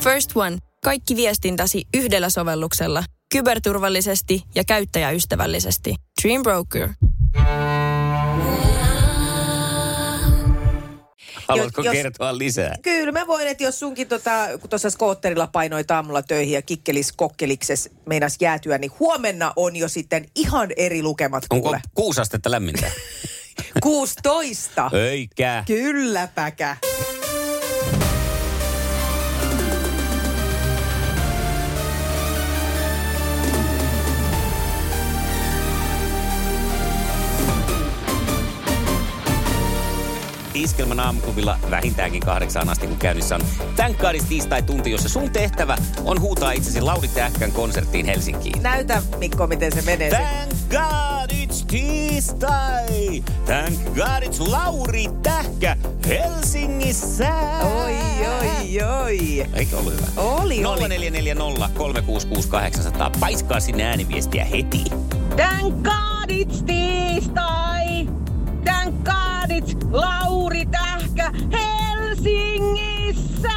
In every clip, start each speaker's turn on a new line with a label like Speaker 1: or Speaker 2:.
Speaker 1: First One. Kaikki viestintäsi yhdellä sovelluksella. Kyberturvallisesti ja käyttäjäystävällisesti. Dream Broker.
Speaker 2: Haluatko
Speaker 3: Jos-
Speaker 2: kertoa lisää?
Speaker 3: Kyllä mä voin, että jos sunkin tota, kun tuossa skootterilla painoit aamulla töihin ja kikkelis kokkelikses meinas jäätyä, niin huomenna on jo sitten ihan eri lukemat
Speaker 2: Onko
Speaker 3: kuule.
Speaker 2: kuusi astetta lämmintä?
Speaker 3: 16.
Speaker 2: Öikä.
Speaker 3: Kyllä päkä.
Speaker 2: Iskelmän aamukuvilla vähintäänkin kahdeksaan asti, kun käynnissä on Thank Godis tiistai tunti, jossa sun tehtävä on huutaa itsesi Lauri Tähkän konserttiin Helsinkiin.
Speaker 3: Näytä Mikko, miten se menee. se-
Speaker 2: Thank God it's tiistai! Thank God it's Lauri Tähkä Helsingissä!
Speaker 3: Oi, oi, oi.
Speaker 2: Eikö ollut hyvä?
Speaker 3: Oli, oli.
Speaker 2: niin. 0440 366 800. Paiskaa sinne ääniviestiä heti.
Speaker 4: Thank God it's tiistai! Thank God it's Lauri Tähkä Helsingissä!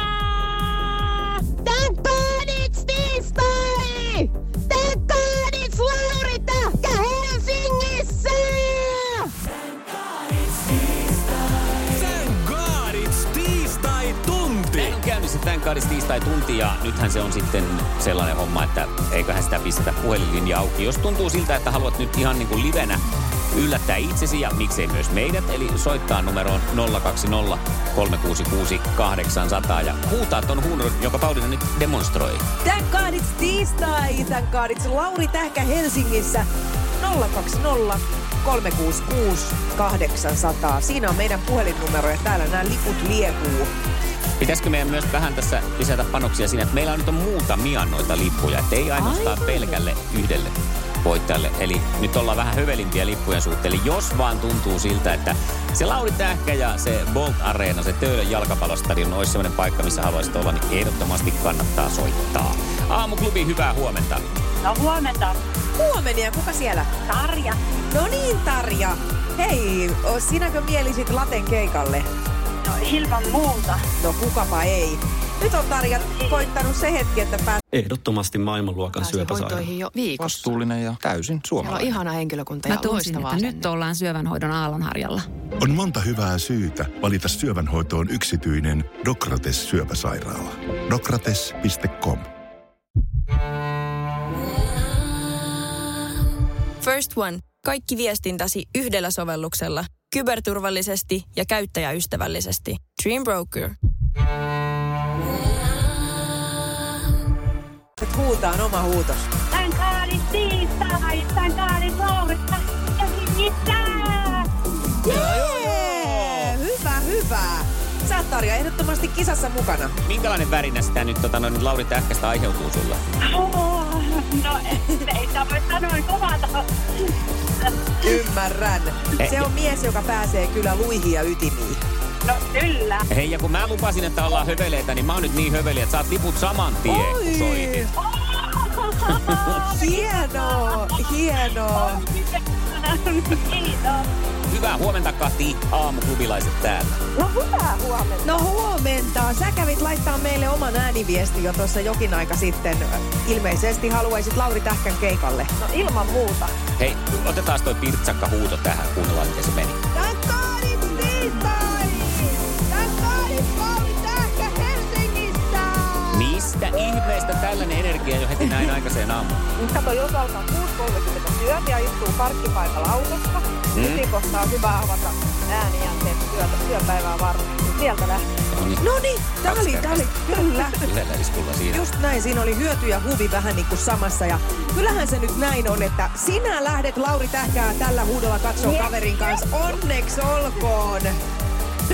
Speaker 4: Thank God it's tiistai! Thank God it's Lauri Tähkä Helsingissä!
Speaker 5: Thank God it's tiistai tunti.
Speaker 2: Meillä on käynnissä tämän kaadis tiistai tunti ja nythän se on sitten sellainen homma, että eiköhän sitä pistetä puhelinlinja auki. Jos tuntuu siltä, että haluat nyt ihan niin kuin livenä yllättää itsesi ja miksei myös meidät, eli soittaa numeroon 020 366 800 ja huutaa ton huudon, joka Pauliina nyt demonstroi.
Speaker 3: Thank God it's tiistai. Thank God it's Lauri Tähkä Helsingissä. 020 366 800. Siinä on meidän puhelinnumero ja täällä nämä liput liekuu.
Speaker 2: Pitäisikö meidän myös vähän tässä lisätä panoksia siinä, että meillä on nyt on muutamia noita lippuja, että ei ainoastaan
Speaker 3: Aivan.
Speaker 2: pelkälle yhdelle voittajalle. Eli nyt ollaan vähän hövelimpiä lippujen suhteen. Eli jos vaan tuntuu siltä, että se Lauri Tähkä ja se Bolt Areena, se Töölön jalkapallostadion olisi sellainen paikka, missä haluaisit olla, niin ehdottomasti kannattaa soittaa. Aamuklubi, hyvää huomenta.
Speaker 4: No huomenta,
Speaker 3: Huomenia, kuka siellä?
Speaker 4: Tarja.
Speaker 3: No niin, Tarja. Hei, o- sinäkö mielisit Laten keikalle?
Speaker 4: No ilman muuta. Niin.
Speaker 3: No kukapa ei. Nyt on Tarja koittanut se hetki, että pääsee
Speaker 5: Ehdottomasti maailmanluokan syöpäsairaala.
Speaker 6: hoitoihin jo viikossa.
Speaker 7: Vastuullinen ja täysin
Speaker 6: Siellä on
Speaker 7: suomalainen.
Speaker 6: ihana henkilökunta
Speaker 8: Mä
Speaker 6: ja
Speaker 8: tunsin,
Speaker 6: loistavaa
Speaker 8: että nyt
Speaker 6: asennetta.
Speaker 8: ollaan syövänhoidon aallonharjalla.
Speaker 9: On monta hyvää syytä valita syövänhoitoon yksityinen Dokrates syöpäsairaala. Dokrates.com
Speaker 1: First One. Kaikki viestintäsi yhdellä sovelluksella. Kyberturvallisesti ja käyttäjäystävällisesti. Dream Broker.
Speaker 3: Nyt huutaan oma huutos.
Speaker 4: Thank God it's tiistai! Thank God it's Lauri Tähkä Helsingissä!
Speaker 3: Jee! Hyvä, hyvä. Sä oot Tarja ehdottomasti kisassa mukana.
Speaker 2: Minkälainen värinä sitä nyt tota, noin, Lauri Tähkästä aiheutuu sulla?
Speaker 4: Oh, no ei saa voi sanoa kovata.
Speaker 3: Ymmärrän.
Speaker 2: Eh,
Speaker 3: Se on mies, joka pääsee kyllä luihin ja ytimiin.
Speaker 4: No kyllä.
Speaker 2: Hei, ja kun mä lupasin, että ollaan höveleitä, niin mä oon nyt niin höveli, että saat liput saman tien, kun
Speaker 3: Oi!
Speaker 2: soitit.
Speaker 3: Hienoa, hienoa.
Speaker 4: Kiitos.
Speaker 2: Hyvää huomenta kahti aamuklubilaiset täällä.
Speaker 4: No hyvää huomenta.
Speaker 3: No huomenta. Sä kävit laittaa meille oman ääniviesti jo tuossa jokin aika sitten. Ilmeisesti haluaisit Lauri Tähkän keikalle.
Speaker 4: No ilman muuta.
Speaker 2: Hei, otetaan toi pirtsakka huuto tähän, kuunnellaan miten se meni.
Speaker 3: Takkaadit tiistai! Takkaadit Lauri Tähkä Helsingissä!
Speaker 2: Mistä ihmeestä tällainen energia jo heti näin aikaiseen aamuun?
Speaker 4: Kato, jos alkaa 6.30 työt ja istuu parkkipaikalla autossa,
Speaker 2: Mm.
Speaker 4: mm. kohtaa on hyvä avata äänijänteet työtä työpäivää varten. Sieltä lähtee.
Speaker 2: No niin,
Speaker 3: No niin, tää oli, tää oli, kyllä.
Speaker 2: yhdellä iskulla siinä.
Speaker 3: Just näin, siinä oli hyöty ja huvi vähän niin kuin samassa. Ja kyllähän se nyt näin on, että sinä lähdet Lauri Tähkää tällä huudolla katsoo
Speaker 4: Niin.
Speaker 3: kaverin kanssa. Onneksi olkoon!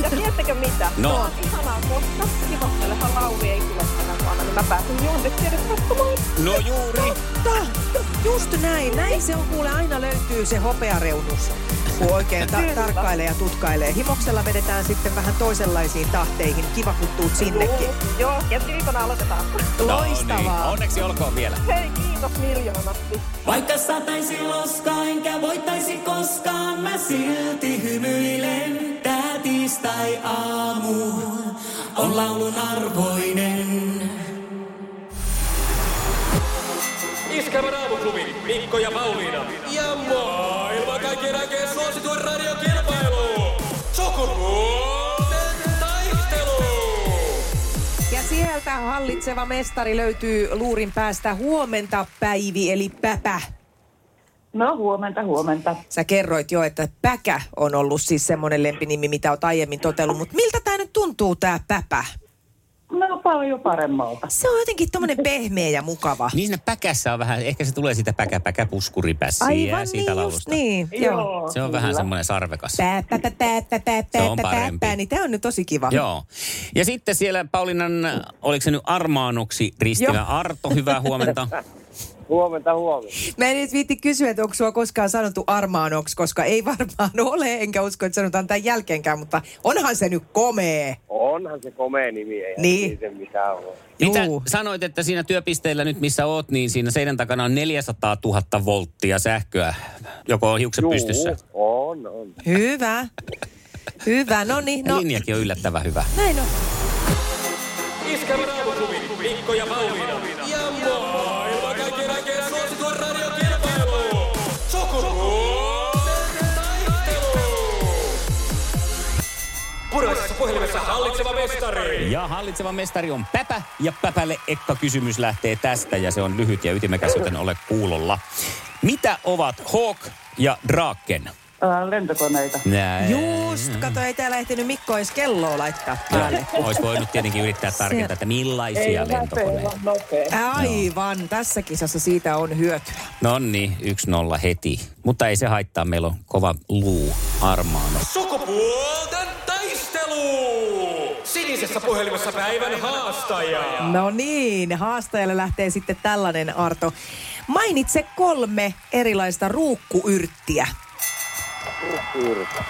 Speaker 4: Ja tiedättekö mitä?
Speaker 2: No.
Speaker 4: Tuo on ihanaa koska kivottelehan Lauri ei tule tänä vuonna, niin mä pääsin juonne tiedä katsomaan.
Speaker 2: No juuri.
Speaker 3: Totta! Just näin, näin se on kuule. Aina löytyy se hopeareunus, kun oikein ta-
Speaker 4: Kyllä.
Speaker 3: tarkkailee ja tutkailee. Himoksella vedetään sitten vähän toisenlaisiin tahteihin. Kiva, kun tuut sinnekin.
Speaker 4: Joo, ensi viikona aloitetaan.
Speaker 2: No niin,
Speaker 3: Loistavaa!
Speaker 2: onneksi olkoon vielä.
Speaker 4: Hei, kiitos miljoonasti.
Speaker 5: Vaikka sataisi loskaa, enkä voittaisi koskaan, mä silti hymyilen. Tää tiistai aamu on laulun arvoinen.
Speaker 6: Iskävän aamuklubi, Mikko ja Pauliina. Ja maailman kaikkien aikeen suosituen radiokilpailu. Sukupuolten taistelu.
Speaker 3: Ja sieltä hallitseva mestari löytyy luurin päästä huomenta Päivi, eli Päpä.
Speaker 7: No huomenta, huomenta.
Speaker 3: Sä kerroit jo, että Päkä on ollut siis semmoinen lempinimi, mitä oot aiemmin totellut, mutta miltä tämä nyt tuntuu tämä Päpä?
Speaker 7: No paljon paremmalta.
Speaker 3: Se on jotenkin tommonen pehmeä ja mukava.
Speaker 2: Niin siinä päkässä on vähän, ehkä se tulee siitä päkä päkä puskuripässiä
Speaker 3: Aivan
Speaker 2: siitä
Speaker 3: niin, just
Speaker 2: laulusta.
Speaker 3: niin. Joo.
Speaker 2: Se on vähän semmoinen sarvekas.
Speaker 3: Pää, pää, pää, pää, pää, pää,
Speaker 2: Se on
Speaker 3: pää, pää,
Speaker 2: parempi.
Speaker 3: pää, niin tämä on nyt tosi kiva.
Speaker 2: Joo. Ja sitten siellä Paulinan, oliko se nyt armaanuksi ristivä
Speaker 3: Joo.
Speaker 2: Arto, hyvää huomenta.
Speaker 8: Huomenta, huomenta.
Speaker 3: Mä en edes viitti kysyä, että onko sua koskaan sanottu armaanoksi, koska ei varmaan ole, enkä usko, että sanotaan tämän jälkeenkään, mutta onhan se nyt komee.
Speaker 8: Onhan se komea nimi, ei
Speaker 3: Niin.
Speaker 8: niin. se mitään ole.
Speaker 2: Mitä
Speaker 3: Juu.
Speaker 2: sanoit, että siinä työpisteellä nyt missä oot, niin siinä seinän takana on 400 000 volttia sähköä, joko on hiukset
Speaker 8: Juu,
Speaker 2: pystyssä.
Speaker 8: on, on.
Speaker 3: Hyvä. Hyvä, no niin.
Speaker 2: No.
Speaker 3: No,
Speaker 2: Linjakin on yllättävän hyvä.
Speaker 3: näin on.
Speaker 6: Iskävän aamuklubi, Mikko ja Pauliina. Ja maailman kaikkien aikeen suosituen radiokilpailu. Sukupuolten taistelu. Puraisessa puhelimessa hallitseva mestari.
Speaker 2: Ja hallitseva mestari on Päpä, ja Päpälle ekka kysymys lähtee tästä, ja se on lyhyt ja ytimekäs, joten ole kuulolla. Mitä ovat Hawk ja Draken?
Speaker 7: Ää, lentokoneita.
Speaker 2: Näin.
Speaker 3: Just, kato, ei täällä ehtinyt Mikko edes kelloa laittaa päälle.
Speaker 2: Olisi voinut tietenkin yrittää tarkentaa, että millaisia lentokoneita.
Speaker 7: nopea.
Speaker 3: Aivan, tässä kisassa siitä on hyötyä.
Speaker 2: No niin, yksi nolla heti. Mutta ei se haittaa, meillä on kova luu armaano.
Speaker 6: Sukupuolten taistelu! Sinisessä puhelimessa päivän haastaja.
Speaker 3: No niin, haastajalle lähtee sitten tällainen, Arto. Mainitse kolme erilaista ruukkuyrttiä.
Speaker 8: Yrtä.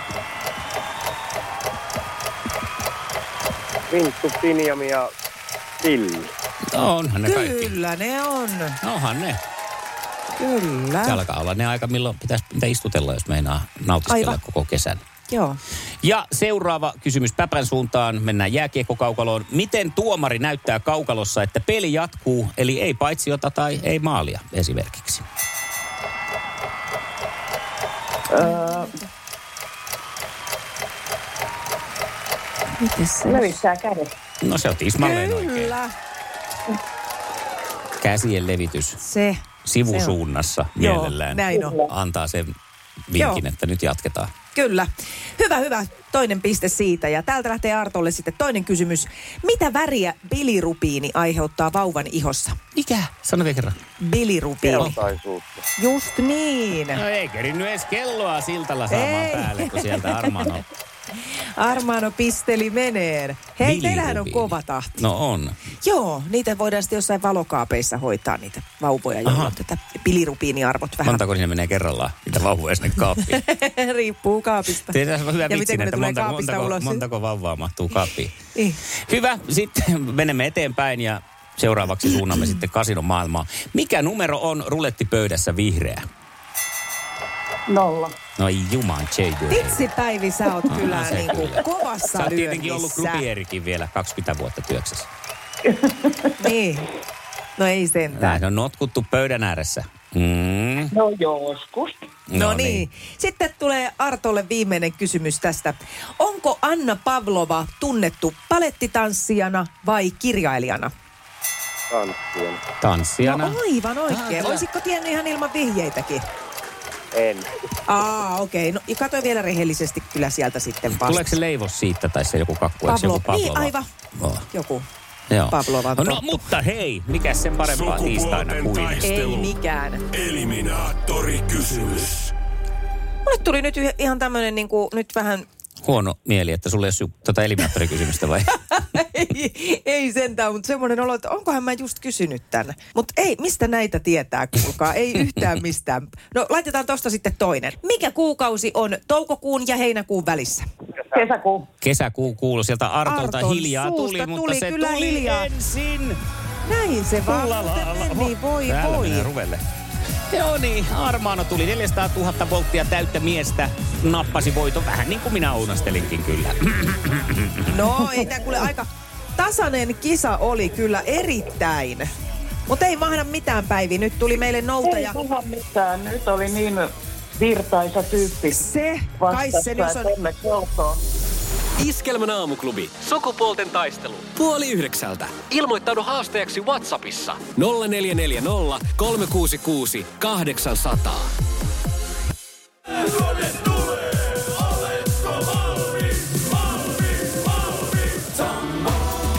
Speaker 8: Vinttu, Pinjami ja Silli.
Speaker 2: No onhan ne kaikki.
Speaker 3: Kyllä ne on,
Speaker 2: No onhan
Speaker 3: Äh.
Speaker 2: ne.
Speaker 3: kyllä.
Speaker 2: Se alkaa olla ne aika, milloin pitäisi mitä istutella, jos meinaa nautiskella
Speaker 3: Aivan.
Speaker 2: koko kesän.
Speaker 3: Joo.
Speaker 2: Ja seuraava kysymys Päpän suuntaan. Mennään jääkiekkokaukaloon. Miten tuomari näyttää kaukalossa, että peli jatkuu, eli ei paitsiota tai ei maalia esimerkiksi?
Speaker 3: Äh.
Speaker 7: Levissää kädet.
Speaker 2: No se on tismalleen oikein.
Speaker 3: Kyllä,
Speaker 2: Käsien levitys
Speaker 3: se.
Speaker 2: sivusuunnassa
Speaker 3: Joo,
Speaker 2: mielellään.
Speaker 3: näin on.
Speaker 2: Antaa sen vinkin,
Speaker 3: Joo.
Speaker 2: että nyt jatketaan.
Speaker 3: Kyllä. Hyvä, hyvä. Toinen piste siitä. Ja täältä lähtee Artolle sitten toinen kysymys. Mitä väriä bilirubiini aiheuttaa vauvan ihossa?
Speaker 2: Mikä? Sano vielä kerran.
Speaker 3: Bilirubiini.
Speaker 8: Keltaisuutta.
Speaker 3: Just niin.
Speaker 2: No ei kerinnyt edes kelloa siltalla saamaan
Speaker 3: Ei.
Speaker 2: päälle, kun sieltä armaan on.
Speaker 3: Armaano pisteli meneen. Hei, teillähän on
Speaker 2: bilirubiini.
Speaker 3: kova tahti.
Speaker 2: No on.
Speaker 3: Joo, niitä voidaan sitten jossain valokaapeissa hoitaa niitä vauvoja,
Speaker 2: Aha.
Speaker 3: jolloin tätä bilirubiiniarvot vähän
Speaker 2: Montako sinne menee kerrallaan, niitä vauvoja sinne kaappiin?
Speaker 3: riippuu kaapista.
Speaker 2: Tehdään on hyvä
Speaker 3: ja
Speaker 2: vitsin,
Speaker 3: miten kun ne
Speaker 2: että monta,
Speaker 3: tulee kaapista
Speaker 2: montako,
Speaker 3: ulos.
Speaker 2: montako vauvaa mahtuu kaappiin.
Speaker 3: Niin.
Speaker 2: Hyvä, sitten menemme eteenpäin ja seuraavaksi suunnamme sitten kasinomaailmaan. Mikä numero on rulettipöydässä vihreä?
Speaker 7: Nolla.
Speaker 2: No ei juman, J.J.
Speaker 3: Vitsi Päivi, sä oot kyllä
Speaker 2: se
Speaker 3: niinku
Speaker 2: kyllä.
Speaker 3: kovassa
Speaker 2: Sä oot tietenkin ollut
Speaker 3: lyönnissä.
Speaker 2: grupierikin vielä 20 vuotta työksessä.
Speaker 3: Niin. No ei sentään.
Speaker 2: Näin on notkuttu pöydän ääressä. Mm.
Speaker 7: No joskus.
Speaker 3: No, niin. Sitten tulee Artolle viimeinen kysymys tästä. Onko Anna Pavlova tunnettu palettitanssijana vai kirjailijana?
Speaker 8: Tanssien.
Speaker 2: Tanssijana.
Speaker 3: No aivan oikein.
Speaker 2: Tanssijana.
Speaker 3: Olisitko tiennyt ihan ilman vihjeitäkin?
Speaker 8: En.
Speaker 3: Aa, okei. Okay. No ja katso vielä rehellisesti kyllä sieltä sitten vasta.
Speaker 2: Tuleeko se leivos siitä tai se joku kakku? eikö se
Speaker 3: Pablo.
Speaker 2: Joku Pavlova?
Speaker 3: Niin, aivan.
Speaker 2: Oh.
Speaker 3: Joku.
Speaker 2: Joo.
Speaker 3: Pavlova on
Speaker 2: No
Speaker 3: totta.
Speaker 2: mutta hei, mikä sen parempaa
Speaker 6: Sukupuolten
Speaker 2: tiistaina kuin...
Speaker 3: Ei mikään.
Speaker 6: Eliminaattori kysymys.
Speaker 3: Mulle tuli nyt yh- ihan tämmönen niinku, nyt vähän...
Speaker 2: Huono mieli, että sulle ei ole tuota eliminaattorikysymystä vai?
Speaker 3: ei, ei sentään, mutta semmoinen olo, että onkohan mä just kysynyt tän. Mutta ei, mistä näitä tietää, kuulkaa. Ei yhtään mistään. No laitetaan tosta sitten toinen. Mikä kuukausi on toukokuun ja heinäkuun välissä?
Speaker 7: Kesäkuu.
Speaker 2: Kesäkuu kuuluu sieltä Artolta.
Speaker 3: Arton
Speaker 2: hiljaa
Speaker 3: suusta
Speaker 2: tuli, mutta
Speaker 3: tuli
Speaker 2: se
Speaker 3: kyllä
Speaker 2: tuli
Speaker 3: hiljaa.
Speaker 2: ensin.
Speaker 3: Näin se vaan. Mutta meni, voi
Speaker 2: Täällä
Speaker 3: voi.
Speaker 2: mennään ruvelle. Joo niin, Armaano tuli 400 000 volttia täyttä miestä, nappasi voito vähän niin kuin minä ounastelinkin kyllä.
Speaker 3: No, ei tää kuule aika... Tasainen kisa oli kyllä erittäin. Mutta ei mahda mitään päivi. Nyt tuli meille noutaja.
Speaker 7: Ei puhu mitään. Nyt oli niin virtaisa tyyppi.
Speaker 3: Se, kai
Speaker 7: vastassa,
Speaker 3: se nyt
Speaker 7: että
Speaker 3: on.
Speaker 7: onneksi olkoon.
Speaker 5: Iskelmän aamuklubi. Sukupuolten taistelu. Puoli yhdeksältä. Ilmoittaudu haasteeksi Whatsappissa. 0440 366 800.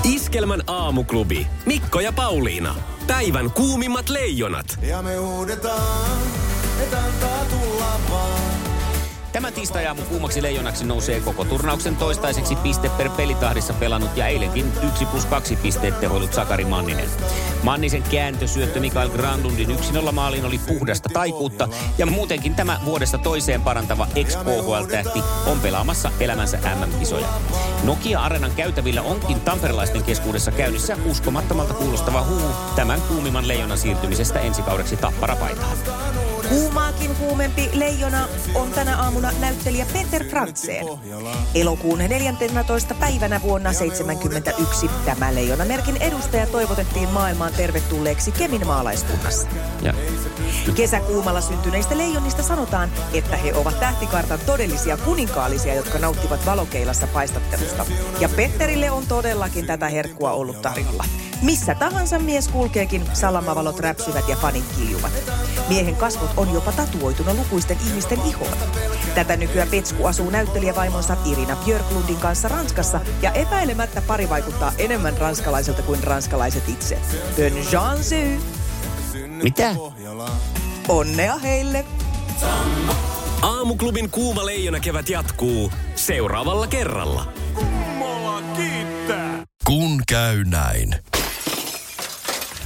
Speaker 5: Iskelmän aamuklubi. Mikko ja Pauliina. Päivän kuumimmat leijonat.
Speaker 10: Ja me huudetaan, et antaa tulla vaan.
Speaker 2: Tämä tiistai aamu kuumaksi leijonaksi nousee koko turnauksen toistaiseksi piste per pelitahdissa pelannut ja eilenkin 1 plus 2 pisteet tehoillut Sakari Manninen. Mannisen kääntösyöttö Mikael Granlundin 1-0 maaliin oli puhdasta taikuutta ja muutenkin tämä vuodesta toiseen parantava ex-KHL-tähti on pelaamassa elämänsä MM-kisoja. Nokia-arenan käytävillä onkin tamperelaisten keskuudessa käynnissä uskomattomalta kuulostava huhu tämän kuumimman leijonan siirtymisestä ensi kaudeksi tapparapaitaan.
Speaker 3: Kuumaakin kuumempi leijona on tänä aamuna näyttelijä Peter Frantzen. Elokuun 14. päivänä vuonna 71 tämä leijonamerkin edustaja toivotettiin maailmaan tervetulleeksi Kemin maalaiskunnassa.
Speaker 2: Ja
Speaker 3: Kesäkuumalla syntyneistä leijonista sanotaan, että he ovat tähtikartan todellisia kuninkaallisia, jotka nauttivat valokeilassa paistattelusta. Ja Petterille on todellakin tätä herkkua ollut tarjolla. Missä tahansa mies kulkeekin, salamavalot räpsyvät ja fanit kiljuvat. Miehen kasvot on jopa tatuoituna lukuisten ihmisten ihoon. Tätä nykyään Petsku asuu näyttelijävaimonsa Irina Björklundin kanssa Ranskassa ja epäilemättä pari vaikuttaa enemmän ranskalaiselta kuin ranskalaiset itse. Bonne chance!
Speaker 2: mitä?
Speaker 3: Onnea heille!
Speaker 5: Aamuklubin kuuma leijona kevät jatkuu seuraavalla kerralla.
Speaker 10: Kun käy näin.